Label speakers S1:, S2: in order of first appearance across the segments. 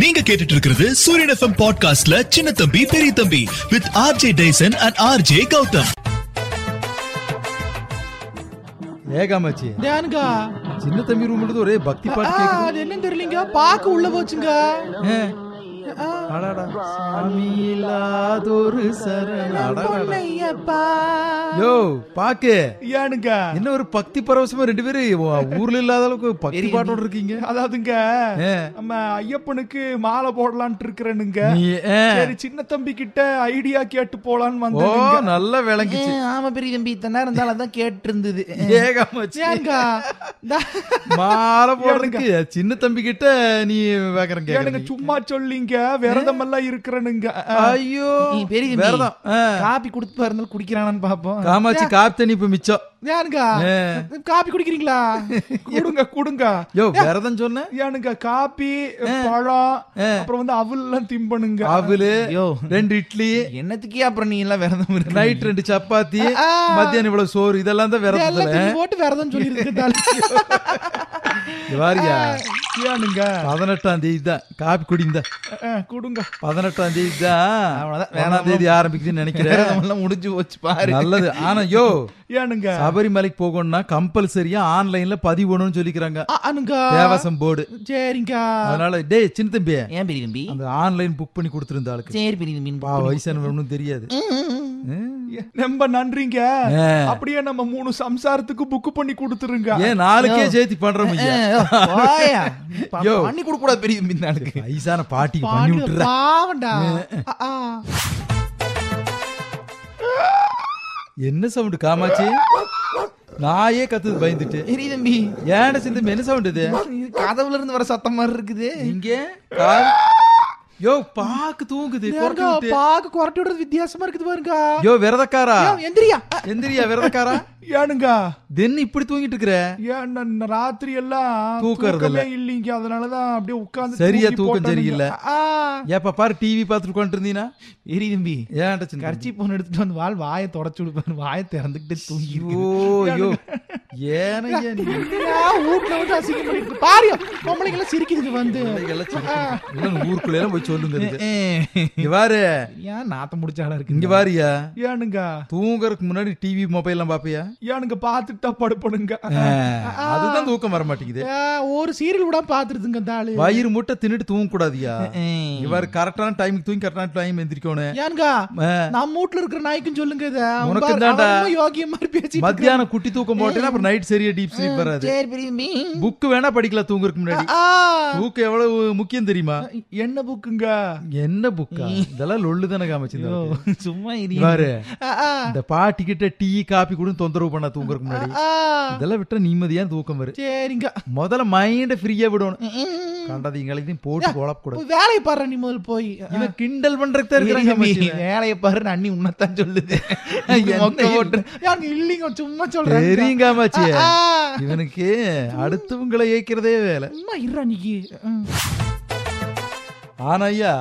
S1: நீங்க கேட்டுட்டு இருக்கிறது சூரியன் எஃப்எம் பாட்காஸ்ட்ல சின்ன தம்பி பெரிய தம்பி with R J Tyson and R J Gautham
S2: ஏகா மச்சி
S3: தியானுக்கா
S2: சின்ன தம்பி ரூம்ல இருந்து ஒரே பக்தி
S3: ஆ,
S2: பாட்டு கேக்குது
S3: அது என்னன்னு தெரியலங்க பாக்க உள்ள போச்சுங்க
S2: ஏ,
S3: ஆ,
S2: அடடா சாமி இல்லாதொரு சரண் அடடா
S3: பொன்னையப்பா.
S2: யோ பாக்கு
S3: ஏனுங்க
S2: என்ன ஒரு பக்தி பரவசமா ரெண்டு பேரும் உ- ஊர்ல இல்லாத அளவுக்கு பக்தி பாட்டோட இருக்கீங்க
S3: அதாவதுங்க
S2: ஏ,
S3: நம்ம ஐயப்பனுக்கு மாலை போடலான்ட்டு இருக்கிறேனுங்க
S2: நீ ஏ,
S3: சரி சின்ன தம்பி கிட்ட ஐடியா கேட்டு போலான்னு
S2: ஓ
S3: வந்தேனுங்க.
S2: நல்லா
S3: ஏ,
S2: விளங்கிச்சு
S3: ஆமா பெரிய தம்பி இத்தனை நேரம் இருந்தாலும் அதான் கேட்டு இருந்தது
S2: ஏகா மச்சி
S3: ஏனுங்க
S2: மாலை போடுறதுக்கு சின்ன தம்பி கிட்ட நீ வேக்கறேன்
S3: ஏனுங்க
S2: கேக்குறீங்க
S3: சும்மா சொல்லிங்க விரதம் எல்லாம் இருக்கிறேனுங்க
S2: ஐயோ
S3: நீ பெரிய தம்பி.
S2: வேறதான் ஆ.
S3: காபி கொடுத்து பாருந்தாலும் குடிக்கிறானான்னு பாப்போம்
S2: காமாட்சி காப்பி தண்ணி இப்ப மிச்சம்
S3: ஏனுங்க
S2: ஏ.
S3: காபி குடிக்கிறீங்களா கொடுங்க கொடுங்க
S2: யோ வேறதான் சொன்ன
S3: ஏனுங்க காபி பழம்
S2: ஆ.
S3: அப்புறம் வந்து அவல் எல்லாம் திம்பணுங்க
S2: அவலு ரெண்டு இட்லி
S4: என்னத்துக்கே அப்புறம் நீ எல்லாம் விரதம் இருக்க
S2: நைட் ரெண்டு சப்பாத்தி
S3: ஆ.
S2: மத்தியானம் இவ்வளவு சோறு இதெல்லாம் தான்
S3: எல்லாம்
S2: விரதத்துல
S3: திம்பி போட்டு விரதம் சொல்லி
S2: வாரியா
S3: ஏனுங்க
S2: பதினெட்டாம் தேதி தான் காப்பி குடிந்த
S3: ஆ, கொடுங்க
S2: பதினெட்டாம் தேதி தான்
S4: அவ்வளவுதான். வேற
S2: வேணாம் தேதி ஆரம்பிக்குதுன்னு நினைக்கிறேன்
S4: விரதம் எல்லாம் முடிஞ்சு போச்சு பாரு
S2: நல்லது ஆனா யோ
S3: ஏனுங்க
S2: சபரிமலைக்கு போகணும்னா கம்பல்சரியா ஆன்லைன்ல பதிவணும்னு சொல்லிக்கிறாங்க
S3: ஆ, அனுங்க
S2: தேவாசம் போர்டு
S3: சரிங்க
S2: அதனால டேய் சின்ன தம்பி
S4: ஏன் பெரிய தம்பி
S2: அந்த ஆன்லைன் புக் பண்ணி கொடுத்துருந்த ஆளுக்கு
S4: சரி பெரிய தம்பி
S2: பா வயசான ஒன்றும் தெரியாது
S3: ஏ, ரொம்ப நன்றிங்க
S2: ஆ.
S3: அப்படியே நம்ம மூணு சம்சாரத்துக்கு புக் பண்ணி கொடுத்துருங்க
S2: ஏன் நாளுக்கே சேர்த்து பண்றோம் ஐயா யோ.
S4: பண்ணி கொடுக்க கூடாது பெரிய தம்பி நாளுக்கு
S2: வயசான பாட்டிக்கு பண்ணி
S3: பாடு,
S2: விட்டுறேன்
S3: பாவம்டா ஆ, ஆ.
S2: என்ன சவுண்ட் காமாச்சி நாயே கத்துது பயந்துட்டு
S4: பெரிய தம்பி
S2: ஏன்டா சிந்து என்ன சவுண்ட் இது
S4: இது கதவுல இருந்து வர சத்தம் மாதிரி இருக்குது
S2: இங்க கா- யோ பாக்கு தூங்குது
S3: ஏங்க,
S2: குறட்டு விட்டு.
S3: பாக்கு குறட்டி விடுறது வித்தியாசமா இருக்குது பாருங்க
S2: யோ விரதக்காரா
S3: ஏ, எந்திரியா ஆ,
S2: எந்திரியா விரதக்காரா
S3: ஏனுங்க
S2: தென் இப்படி தூங்கிட்டு இருக்கிற
S3: ஏன் நான் ராத்திரி எல்லாம்
S2: தூக்கறது இல்ல.
S3: தூக்கமே இல்லைங்க அதனாலதான் அப்படியே உட்கார்ந்து
S2: சரியா
S3: தூங்கி
S2: தூக்கம்
S3: போட்டேனுங்க.
S2: சரியில்லை.
S3: ஆ,
S2: ஏப்பா பாரு டிவி பார்த்துட்டு உட்காந்துருந்தீங்கன்னா
S4: பெரிய தம்பி
S2: ஏன்டா சின்ன
S4: கர்ச்சி போன் எடுத்துட்டு வந்து வால் வாயை தொடச்சு விடுப்பாரு வாயை திறந்துக்கிட்டு தூங்கி
S2: யோ யோ ஏன
S3: என்னடா வீட்டுல வந்து அசிங்கம் பண்ணிட்டு இருக்கு. பாருயா பொம்பளைங்க எல்லாம் சிரிக்குதுங்க வந்து
S2: ஊருக்குள்ள எல்லாம் போய் சொல்லுங்க இதுக்கு. இங்க பாரு
S4: ஏன் நாத்தம் முடிச்சாடா இருக்கு
S2: இங்க பாருயா
S3: ஏனுங்க
S2: தூங்கறதுக்கு முன்னாடி டிவி மொபைல் எல்லாம் பாப்பியா
S3: ஏனுங்க பாத்துட்டா படுப்பணுங்க
S2: அதுதான் தூக்கம் வர மாட்டேங்குது
S3: ஆ, ஒரு சீரியல் கூட பாத்துருதுங்க இந்த ஆளு
S2: வயிறு முட்டை தின்னுட்டு தூங்க கூடாதியா இவர் கரெக்டான டைமுக்கு தூங்கி கரெக்டான டைம் எந்திரிக்கணும்
S3: ஏனுங்க
S2: ஆ.
S3: நம்ம வீட்டுல இருக்கிற நாய்க்கும் சொல்லுங்க இத
S2: உனக்கு
S3: உனக்கு
S2: தான்டா.
S3: யோகிய மாதிரி பேசிட்டு இருக்கான்.
S2: மத்தியானம் குட்டி தூக்கம் போட்டேன்னா அப்புறம் நைட் சரியா டீப் ஸ்லீப் வராது
S4: சரி பெரிய தம்பி
S2: புக் வேணா படிக்கலாம் தூங்குறதுக்கு முன்னாடி
S3: ஆ,
S2: தூக்கம் எவ்வளவு முக்கியம் தெரியுமா
S3: என்ன புக்குங்க
S2: என்ன புக்கா இதெல்லாம் லொல்லு தானே காமிச்சிருந்தோம்
S4: சும்மா இரு
S2: இவாரு
S3: ஆ, ஆ,
S2: இந்த பாட்டி கிட்ட டீ காபி கூட தொந்தரவு பண்ணா தூங்குறதுக்கு முன்னாடி
S3: ஆ,
S2: இதெல்லாம் விட்டா நிம்மதியான தூக்கம் வரும்
S3: சரிங்க
S2: முதல்ல மைண்ட ஃப்ரீயா விடணும் கண்டது இங்களையும் போட்டு குழப்ப கூடாது
S3: போய் வேலையை பாரு நீ முதல்ல போய்
S2: இவன் கிண்டல் பண்றதுக்கு தான்
S4: பெரிய தம்பி,
S2: இருக்கிறாங்க
S4: வேலையை பாரு அண்ணி உன்னத்தான் சொல்லுது மொக்க போட்டு
S3: ஏனுங்க இல்லைங்க சும்மா சொல்றேன்
S2: தெரியுங்க
S3: ஆ,
S2: அம்மாச்சி
S3: ஆ.
S2: இவனுக்கு அடுத்தவங்களை ஏக்கிறதே வேலை
S3: சும்மா இருடா நீக்கு ம்.
S2: ஆனா ஐயா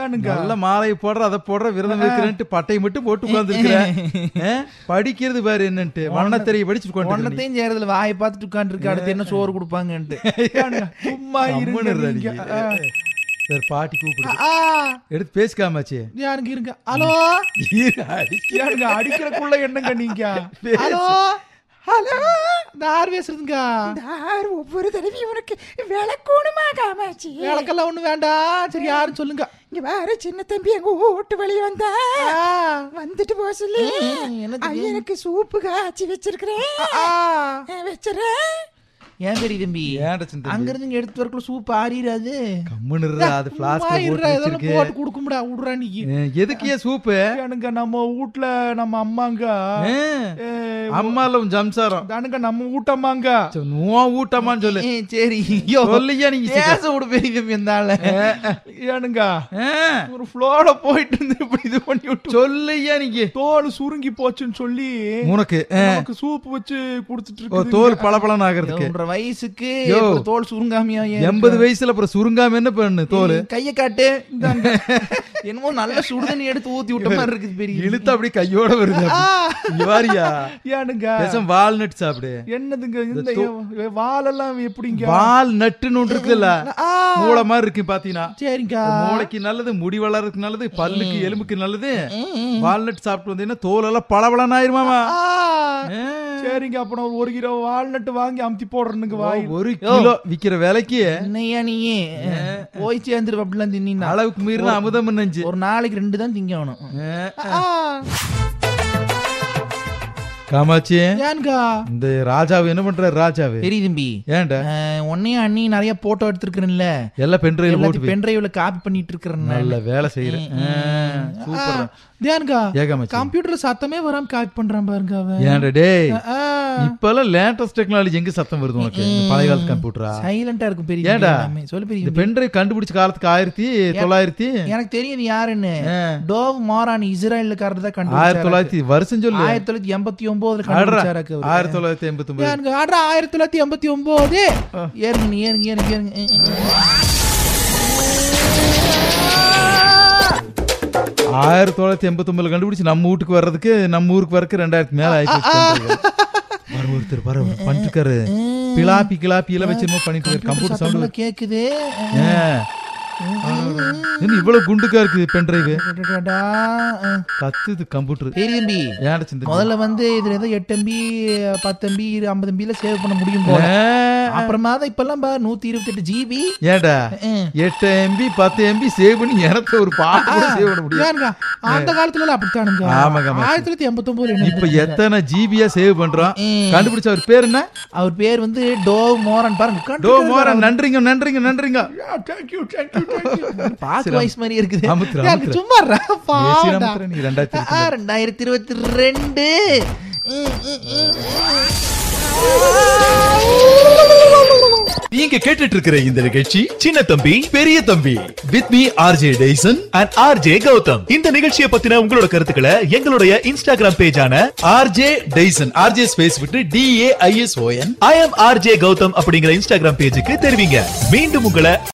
S3: ஏனுங்க
S2: நல்ல மாலையை போடுற அதை போடுற விரதம் இருக்கிறேன்ட்டு பட்டையை மட்டும் போட்டு உட்காந்துருக்கிறேன் படிக்கிறது பாரு என்னன்ட்டு வண்ணத்தறியை படிச்சுட்டு உட்காந்துருக்க நீ.
S4: ஒன்னத்தையும் செய்யறதுல வாயை பார்த்துட்டு உட்காந்துருக்கு அடுத்து என்ன சோறு கொடுப்பாங்கன்ட்டு
S3: ஏனுங்க, சும்மா இருங்க
S2: கம்முன்னு
S3: நீங்க.
S2: இருடா
S3: ஆ,
S2: நீ. சரி பாட்டி கூப்பிடு
S3: ஆ,
S2: எடுத்து பேசிக்காமாச்சு
S3: ஏனுங்க இருங்க ஹலோ ஏனுங்க அடிக்கிறக்குள்ள என்னங்க நீங்க ஹலோ ஹலோ தார் பேசுறதுங்க
S5: யார் ஒவ்வொரு தடவையும் உனக்கு விளக்கணுமா காமாட்சி
S3: விளக்கெல்லாம் ஒண்ணு வேண்டாம் சரி யாரும் சொல்லுங்க
S5: இங்க வேற சின்ன தம்பி எங்க வீட்டு வெளியே வந்தா
S3: ஆ,
S5: வந்துட்டு போ சொல்லி
S4: என்னது?
S5: ஐயனுக்கு சூப்பு காய்ச்சி வச்சிருக்கிறேன்
S3: ஆ,
S5: அஹ் வச்சிடுறேன்
S4: ஏன் பெரிய தம்பி
S2: ஏன்டா சின்ன
S4: அங்க இருந்து இங்க எடுத்து வரக்குள்ள சூப் ஆறிடாது
S2: கம்முன்னு இருடா, அது
S3: சும்மா
S2: பிளாஸ்க்
S3: இருடா,
S2: போட்டு
S3: இதெல்லாம்
S2: வச்சிருக்கு
S3: போட்டு கொடுக்க முடியா விடுறா நீக்கு
S2: ஏன், எதுக்கு ஏன் சூப்பு
S3: ஏனுங்க நம்ம வீட்ல நம்ம அம்மாங்க
S2: ஏன்,
S3: ஏ,
S2: அம்மால உன் சம்சாரம்
S3: தானுங்க நம்ம வீட்டம்மாங்க
S2: சரி, உன் ஊட்டமான்னு சொல்லு
S4: ஏய், சரி ஐயோ
S2: சொல்லியா நீங்க
S4: பேச விடு பெரிய தம்பி இருந்தால
S3: ஏனுங்க
S2: ஏன்,
S3: ஒரு ஃப்ளோல போயிட்டு இருந்து இப்படி இது பண்ணி விட்டு
S2: சொல்லியா நீங்க
S3: தோல் சுருங்கி போச்சுன்னு சொல்லி
S2: உனக்கு ஏன்,
S3: நமக்கு சூப் வச்சு குடுத்துட்டு
S2: ஓ,
S3: இருக்கு
S2: தோல் பளபளன்னு ஆகிறதுக்கு
S4: உன்ற
S3: வயசுக்கு
S2: யோ.
S3: அப்புறம் தோல் சுருங்காமியா ஏன் இருக்கு?
S2: எண்பது வயசுல அப்புறம் சுருங்காம என்ன பண்ணு தோல்
S3: ஏய், கைய காட்டு இந்தாங்க. என்னமோ நல்ல சுடுதண்ணி எடுத்து ஊத்தி விட்ட மாதிரி இருக்குது பெரிய
S2: இழுத்து அப்படி கையோட வருது இவாரியா
S6: ஏனுங்க
S2: பேசாம வால்நட் சாப்பிடு
S6: என்னதுங்க இந்த எ- வாலெல்லாம் எப்படிங்க
S2: வால் நட்டுன்னு ஒன்று இருக்குல்ல
S6: ஆ.
S2: மூளை மாதிரி இருக்கு பாத்தீங்கன்னா
S6: சரிங்க
S2: மூளைக்கு நல்லது முடி வளர்றதுக்கு நல்லது பல்லுக்கு எலும்புக்கு நல்லது வால்நட் சாப்பிட்டு வந்தீங்கன்னா தோல் எல்லாம் பளபளன்னு ஆயிருமாமா
S6: ஆ,
S2: ஆ.
S6: சரிங்க அப்ப நான் ஒரு கிலோ வால்நட் வாங்கி அமுத்தி போடுறேனுங்க வாய்
S2: ஒரு கிலோ விக்கிற விலைக்கு
S3: என்னையா நீ போய் சேர்ந்துரு அப்படிலாம் தின்னா
S2: அளவுக்கு மீறின அமுதம் நெஞ்சு
S3: ஒரு நாளைக்கு ரெண்டு தான் திங்கணும்
S2: காமாட்சி
S6: ஏனுங்க
S2: இந்த ராஜாவு என்ன பண்றாரு ராஜாவு
S3: பெரிய தம்பி
S2: ஏன்டா
S3: அஹ், உன்னையும் அண்ணி நிறைய போட்டோ எடுத்திருக்கிறேன்ல
S2: எல்லாம் பென்ட்ரைவில் போட்டு
S3: எல்லாத்தையும்
S2: போய்.
S3: பென்டிரைவ்ல காப்பி பண்ணிட்டு இருக்கிறேன்
S2: நல்ல வேலை செய்யறேன்
S3: சூப்பர்
S6: தேனுங்க
S2: ஏகாமச்சி
S6: கம்ப்யூட்டர்ல சத்தமே வராம காப்பி பண்றான் பாருங்க அவன்
S2: ஏன்டா டேய்
S6: ஆ,
S2: இப்பெல்லாம் லேட்டஸ்ட் டெக்னாலஜி எங்க சத்தம் வருது உனக்கு இந்த பழைய காலத்து கம்ப்யூட்டரா
S3: சைலண்டா இருக்கும் பெரிய
S2: ஏன்டா?
S3: எல்லாமே. சொல்லு பெரிய
S2: இந்த பென்ட்ரைவ் கண்டுபிடிச்ச காலத்துக்கு ஆயிரத்தி தொள்ளாயிரத்தி
S3: எனக்கு தெரியும் இது யாருன்னு டோவ் மாரான் இஸ்ரேலுக்காரர் தான்
S2: ஆயிரத்தி
S3: கண்டுபிடிச்சாரு
S2: தொள்ளாயிரத்தி வருஷம் சொல்லு
S3: ஆயிரத்தி தொள்ளாயிரத்தி எண்பத்தி ஒன்பதுல
S2: ஆடுறா.
S3: கண்டுபிடிச்சாரு அவரு.
S2: ஆயிரத்தி தொள்ளாயிரத்தி எண்பத்தி ஒன்பது
S3: ஏனுங்க, ஆடுறா, ஆயிரத்தி தொள்ளாயிரத்தி எண்பத்தி ஒன்பது ஏறுங்க நீ, ஏறுங்க ஏறுங்க ஏறுங்க ஏ, ஏ, ஏ.
S2: ஆயிரத்தி தொள்ளாயிரத்தி எண்பத்தி ஒன்பதுல கண்டுபிடிச்சு நம்ம வீட்டுக்கு வர்றதுக்கு நம்ம ஊருக்கு வரக்கு ரெண்டாயிரத்து மேல ஆயிடுச்சு வர ஒருத்தர் வர ஒருத்தர் பண்ணிருக்காரு பிலாப்பி கிளாப்பி எல்லாம் வச்சு என்னமோ பண்ணிட்டு இருக்காரு கம்ப்யூட்டர்
S3: சத்தம்
S2: சவுண்ட்
S3: எல்லாம் கேக்குது
S2: என்ன இவ்வளவு குண்டுக்கா இருக்குது பென்ட்ரைவு
S3: டடடடா. ஆ.
S2: கத்துது கம்ப்யூட்டர்
S3: பெரிய தம்பி
S2: ஏன்டா சிந்தனை?
S3: முதல்ல வந்து இதுல ஏதோ எட்டு எம்பி பத்து எம்பி ஐம்பது எம்பில சேவ் பண்ண முடியும் போல
S2: ஏ,
S3: அப்புறமா தான் இப்பெல்லாம் பா நூத்தி இருபத்தி எட்டு ஜிபி
S2: ஏன்டா எட்டு எம்பி பத்து எம்பி சேவ் பண்ணி எனக்கு ஒரு பாட்டு கூட சேவ் பண்ண முடியும்
S6: ஏனுங்க அந்த காலத்துல எல்லாம் அப்படித்தானுங்க
S2: ஆமாங்க, ஆமாங்க.
S6: ஆயிரத்தி தொள்ளாயிரத்தி எண்பத்தி
S2: இப்ப எத்தனை ஜிபியா சேவ் பண்றோம்
S3: ம்.
S2: கண்டுபிடிச்ச அவர் பேர் என்ன
S3: அவர் பேர் வந்து டோவ் மோரன் பாருங்க
S2: டோ
S3: உட்கார்ந்துட்டு
S2: மோர நன்றிங்க நன்றிங்க நன்றிங்க
S3: இருக்காரு. பாக்கு வாய்ஸ் மாதிரி இருக்குது
S2: அமுத்துறா,
S3: ஏன்,
S2: அமுத்துறா.
S3: சும்மா இருடா,
S2: ஏசி
S3: பாவம்டா.
S2: நம்புறேன் நீ ரெண்டாயிரத்தி
S3: ஆ, ரெண்டாயிரத்தி இருபத்தி ரெண்டு ம், ம், ம், ம்.
S1: நீங்க கேட்டுட்டு இருக்கிற இந்த நிகழ்ச்சி சின்ன தம்பி பெரிய தம்பி with me RJ Desan and RJ Gautham இந்த நிகழ்ச்சியை பத்தின உங்களோட கருத்துக்களை எங்களுடைய இன்ஸ்டாகிராம் பேஜான ஆர்ஜே டேசன் ஆர்ஜே ஸ்பேஸ் விட்டு D A I S O N I M RJ Gautham அப்படிங்கிற இன்ஸ்டாகிராம் பேஜுக்கு தெரிவிங்க மீண்டும் உங்களை